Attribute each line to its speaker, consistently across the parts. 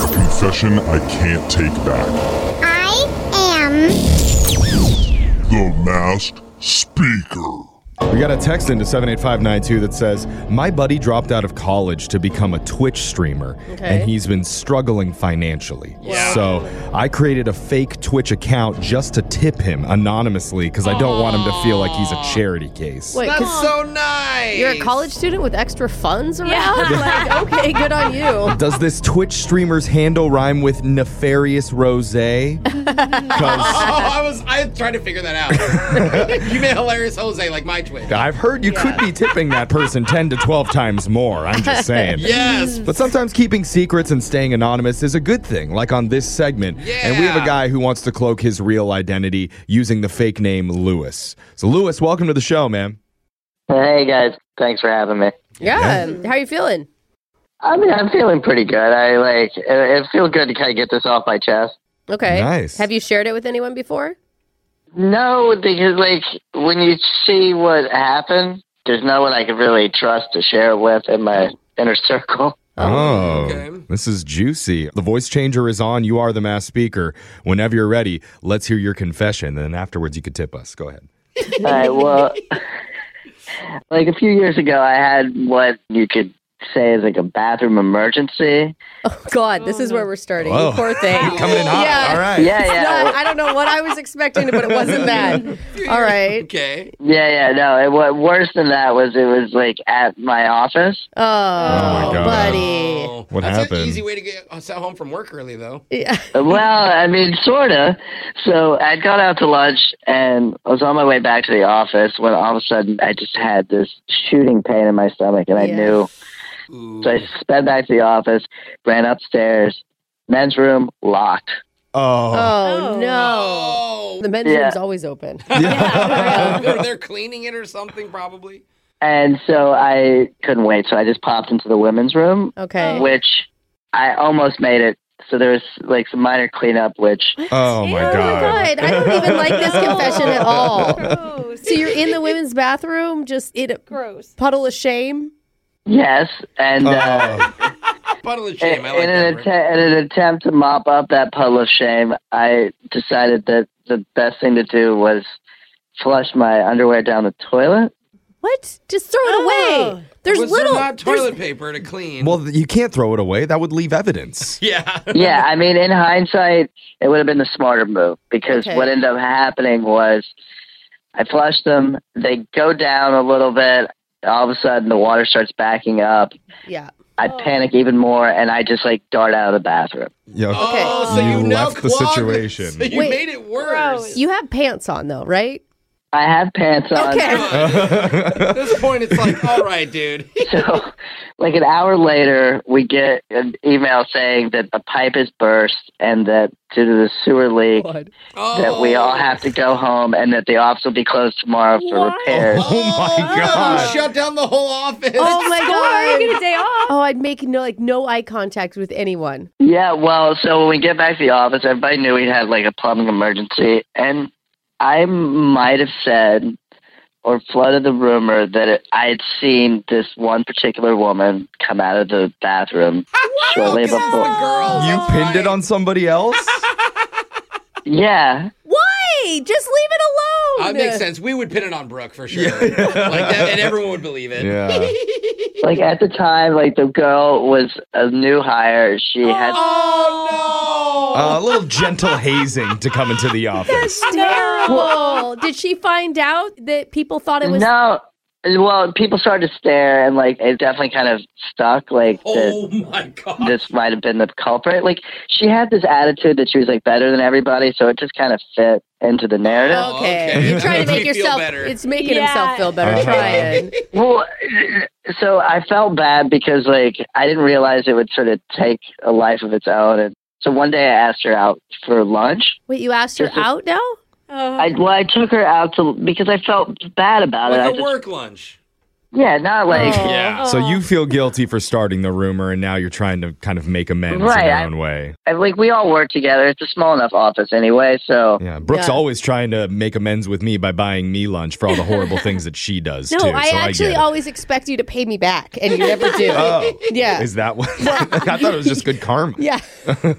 Speaker 1: confession I can't take back.
Speaker 2: I am.
Speaker 1: The Masked Speaker.
Speaker 3: We got a text into 78592 that says, My buddy dropped out of college to become a Twitch streamer,
Speaker 4: Okay.
Speaker 3: and he's been struggling financially. So I created a fake Twitch account just to tip him anonymously because I don't want him to feel like he's a charity case.
Speaker 4: Wait,
Speaker 5: That's
Speaker 4: 'cause
Speaker 5: so nice.
Speaker 4: you're a college student with extra funds around?
Speaker 6: Yeah.
Speaker 4: Like, okay, good on you.
Speaker 3: Does this Twitch streamer's handle rhyme with nefarious rose? Because.
Speaker 5: Oh, I was I tried to figure that out. you made hilarious Jose like my twin.
Speaker 3: I've heard you could be tipping that person 10 to 12 times more. I'm just saying.
Speaker 5: Yes.
Speaker 4: Mm.
Speaker 3: But sometimes keeping secrets and staying anonymous is a good thing, like on this segment. And we have a
Speaker 5: Yeah.
Speaker 3: guy who wants to cloak his real identity using the fake name Lewis. So, Lewis, welcome to the show, man.
Speaker 7: Hey guys, thanks for having me.
Speaker 4: Yeah. How you feeling?
Speaker 7: I mean, I'm feeling pretty good. I like it, it feels good to kind of get this off my chest.
Speaker 4: Okay.
Speaker 3: Nice.
Speaker 4: Have you shared it with anyone before?
Speaker 7: No, because like when you see what happened, there's no one I could really trust to share with in my inner circle.
Speaker 3: Oh, this is juicy. The voice changer is on. You are the mass speaker. Whenever you're ready, let's hear your confession. And then afterwards, you could tip us. Go ahead.
Speaker 7: All right, well, like a few years ago, I had what you could say is like a bathroom emergency.
Speaker 4: Oh God, this is where we're starting.
Speaker 3: Whoa.
Speaker 4: You poor thing.
Speaker 3: Coming in hot.
Speaker 4: Yeah.
Speaker 3: All right.
Speaker 7: Yeah,
Speaker 4: It's
Speaker 7: yeah.
Speaker 4: not- I don't know what I was expecting, but it wasn't that. All right.
Speaker 5: Okay.
Speaker 7: Yeah, yeah, no. It, what worse than that was it was like at my office.
Speaker 4: Oh,
Speaker 3: my God.
Speaker 4: buddy.
Speaker 3: What
Speaker 5: Oh. That's
Speaker 3: happened?
Speaker 5: an easy way to get us out home from work early, though.
Speaker 3: Oh.
Speaker 4: Yeah.
Speaker 7: Well, I mean, sorta. So I'd gone out to lunch and I was on my way back to the office when all of a sudden I just had this shooting pain in my stomach and I
Speaker 4: Yeah.
Speaker 7: knew. So I sped back to the office, ran upstairs, men's room locked.
Speaker 3: Oh.
Speaker 4: Oh,
Speaker 6: Oh.
Speaker 4: no.
Speaker 5: Oh,
Speaker 4: The men's
Speaker 7: Yeah.
Speaker 4: room's always open.
Speaker 5: they're cleaning it or something, probably.
Speaker 7: And so I couldn't wait. So I just popped into the women's room,
Speaker 4: Okay.
Speaker 7: which I almost made it. So there was like some minor cleanup, which
Speaker 3: Oh, my
Speaker 4: Oh my God. I don't even like this confession at all.
Speaker 6: Gross.
Speaker 4: So you're in the women's bathroom, just in a
Speaker 6: Gross.
Speaker 4: puddle of shame?
Speaker 7: yes, and. Uh,
Speaker 3: Oh.
Speaker 5: Puddle of shame.
Speaker 7: In,
Speaker 5: I like
Speaker 7: in
Speaker 5: that.
Speaker 7: an
Speaker 5: word.
Speaker 7: atte- in an attempt to mop up that puddle of shame, I decided that the best thing to do was flush my underwear down the toilet.
Speaker 4: What? Just throw it
Speaker 6: Oh.
Speaker 4: away. There's
Speaker 5: Was
Speaker 4: little.
Speaker 5: there not
Speaker 4: there's-
Speaker 5: toilet paper to clean?
Speaker 3: Well, you can't throw it away. That would leave evidence.
Speaker 5: yeah.
Speaker 7: yeah, I mean, in hindsight, it would have been the smarter move because
Speaker 4: Okay.
Speaker 7: what ended up happening was I flushed them. They go down a little bit. All of a sudden, the water starts backing up.
Speaker 4: yeah.
Speaker 7: I
Speaker 5: Oh.
Speaker 7: panic even more, and I just like dart out of the bathroom.
Speaker 3: Yeah.
Speaker 5: Oh, so you,
Speaker 3: You
Speaker 5: now
Speaker 3: left the
Speaker 5: clogged-
Speaker 3: situation.
Speaker 5: So you
Speaker 4: Wait.
Speaker 5: made it worse.
Speaker 6: Gross.
Speaker 4: You have pants on, though, right?
Speaker 7: I have pants on.
Speaker 4: Okay.
Speaker 5: At this point, it's like, all right, dude.
Speaker 7: So, like an hour later, we get an email saying that the pipe has burst and that due to the sewer leak,
Speaker 5: Oh,
Speaker 7: that we all have to go home and that the office will be closed tomorrow for
Speaker 6: What?
Speaker 7: repairs.
Speaker 3: Oh my God.
Speaker 5: You shut down the whole office.
Speaker 4: Oh my
Speaker 6: Why are you
Speaker 4: god.
Speaker 6: gonna day off?
Speaker 4: Oh, I'd make no like no eye contact with anyone.
Speaker 7: Yeah, well, so when we get back to the office, everybody knew we had like a plumbing emergency, and I might have said or flooded the rumor that it, I had seen this one particular woman come out of the bathroom shortly
Speaker 5: Because it's the
Speaker 7: before.
Speaker 5: girls.
Speaker 3: You pinned it on somebody else?
Speaker 7: Yeah,
Speaker 4: Why? Just leave it alone.
Speaker 5: That Uh, makes sense. We would pin it on Brooke for sure. like that, and everyone would believe it.
Speaker 3: Yeah.
Speaker 7: like at the time, like the girl was a new hire. She had
Speaker 5: Oh
Speaker 3: Uh, a little gentle hazing to come into the office.
Speaker 4: Terrible. Did she find out that people thought it was
Speaker 7: no. Well, people started to stare, and like it definitely kind of stuck. Like
Speaker 5: no!
Speaker 7: that
Speaker 5: Oh my god!
Speaker 7: this might have been the culprit. Like she had this attitude that she was like better than everybody, so it just kind of fit into the narrative.
Speaker 5: Oh.
Speaker 4: Okay.
Speaker 5: Okay,
Speaker 4: You're
Speaker 5: that
Speaker 4: trying to
Speaker 5: makes
Speaker 4: make
Speaker 5: me feel
Speaker 4: yourself
Speaker 5: better.
Speaker 4: it's making
Speaker 6: Yeah.
Speaker 4: himself feel better
Speaker 3: Uh-huh.
Speaker 4: trying.
Speaker 7: Well, so I felt bad because like I didn't realize it would sort of take a life of its own. And so one day I asked her out for lunch.
Speaker 4: Wait, you asked her
Speaker 7: This is-
Speaker 4: out now?
Speaker 6: Oh.
Speaker 7: I well, I took her out to because I felt bad about it. I
Speaker 5: like a
Speaker 7: just
Speaker 5: work lunch.
Speaker 7: Yeah, not like
Speaker 4: Oh.
Speaker 5: Yeah.
Speaker 3: So you feel guilty for starting the rumor, and now you're trying to kind of make amends
Speaker 7: Right,
Speaker 3: in your
Speaker 7: I-
Speaker 3: own way.
Speaker 7: and, like we all work together. It's a small enough office anyway, so
Speaker 3: Yeah, Brooke's
Speaker 4: Yeah.
Speaker 3: always trying to make amends with me by buying me lunch for all the horrible things that she does
Speaker 4: No,
Speaker 3: too.
Speaker 4: I
Speaker 3: so
Speaker 4: actually
Speaker 3: I get it.
Speaker 4: always expect you to pay me back, and you never do.
Speaker 3: Oh.
Speaker 4: yeah.
Speaker 3: Is that what? I thought it was just good karma.
Speaker 4: Yeah.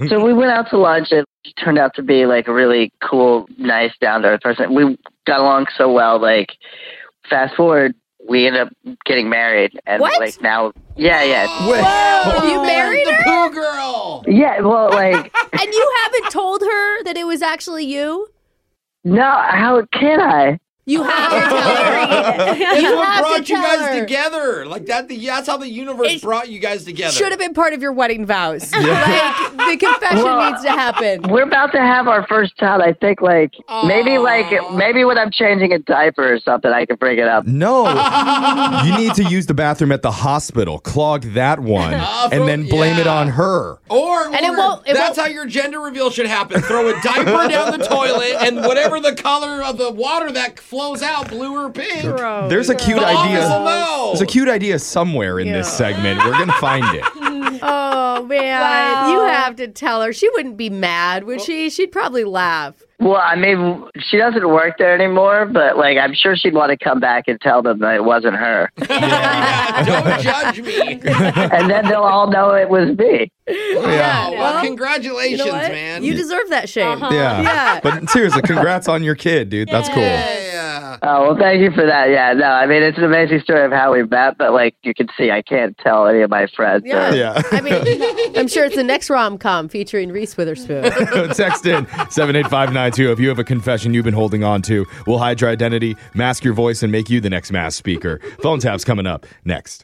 Speaker 7: so we went out to lunch and she turned out to be like a really cool, nice, down to earth person. We got along so well, like fast forward, we ended up getting married and
Speaker 4: What?
Speaker 7: like now Yeah, yeah.
Speaker 4: Whoa. You married her?
Speaker 5: The poo girl.
Speaker 7: Yeah, well like
Speaker 4: And you haven't told her that it was actually you?
Speaker 7: no, how can I?
Speaker 4: You have to tell her.
Speaker 5: That's
Speaker 4: you
Speaker 5: what
Speaker 4: have
Speaker 5: brought
Speaker 4: to
Speaker 5: you
Speaker 4: tell
Speaker 5: guys
Speaker 4: her.
Speaker 5: together. Like that. The, that's how the universe
Speaker 4: It
Speaker 5: brought you guys together.
Speaker 4: Should have been part of your wedding vows. Like, the confession
Speaker 7: Well,
Speaker 4: needs to happen.
Speaker 7: We're about to have our first child. I think like maybe like maybe when I'm changing a diaper or something I can bring it up.
Speaker 3: No, you need to use the bathroom at the hospital. Clog that one, and then blame it
Speaker 5: yeah.
Speaker 3: on her.
Speaker 5: Or,
Speaker 4: it
Speaker 5: or
Speaker 4: won't- it
Speaker 5: that's
Speaker 4: won't-
Speaker 5: how your gender reveal should happen. Throw a diaper down the toilet, and whatever the color of the water that flows out, blue or pink,
Speaker 3: There's a cute
Speaker 5: the office will
Speaker 3: idea.
Speaker 5: know.
Speaker 3: There's a cute idea somewhere in this segment. We're gonna find it.
Speaker 4: Oh man, you have to tell her. She wouldn't be mad, would she? She'd probably laugh.
Speaker 7: Well, I mean, she doesn't work there anymore, but like, I'm sure she'd want to come back and tell them that it wasn't her,
Speaker 5: Yeah, Don't judge me.
Speaker 7: and then they'll all know it was me.
Speaker 5: Wow. Well,
Speaker 4: Well, You
Speaker 5: congratulations,
Speaker 4: know what?
Speaker 5: man.
Speaker 4: You deserve that shame.
Speaker 3: Uh-huh. Yeah.
Speaker 4: Yeah.
Speaker 3: But seriously, congrats on your kid, dude. That's cool.
Speaker 5: yeah.
Speaker 7: Oh well, thank you for that. Yeah, no, I mean, it's an amazing story of how we met, but like, you can see, I can't tell any of my friends.
Speaker 4: Yeah.
Speaker 7: or-
Speaker 3: Yeah.
Speaker 4: I mean, I'm sure it's the next rom com featuring Reese Witherspoon.
Speaker 3: Text in 78592 if you have a confession you've been holding on to. We'll hide your identity, mask your voice, and make you the next mass speaker. Phone tap's coming up next.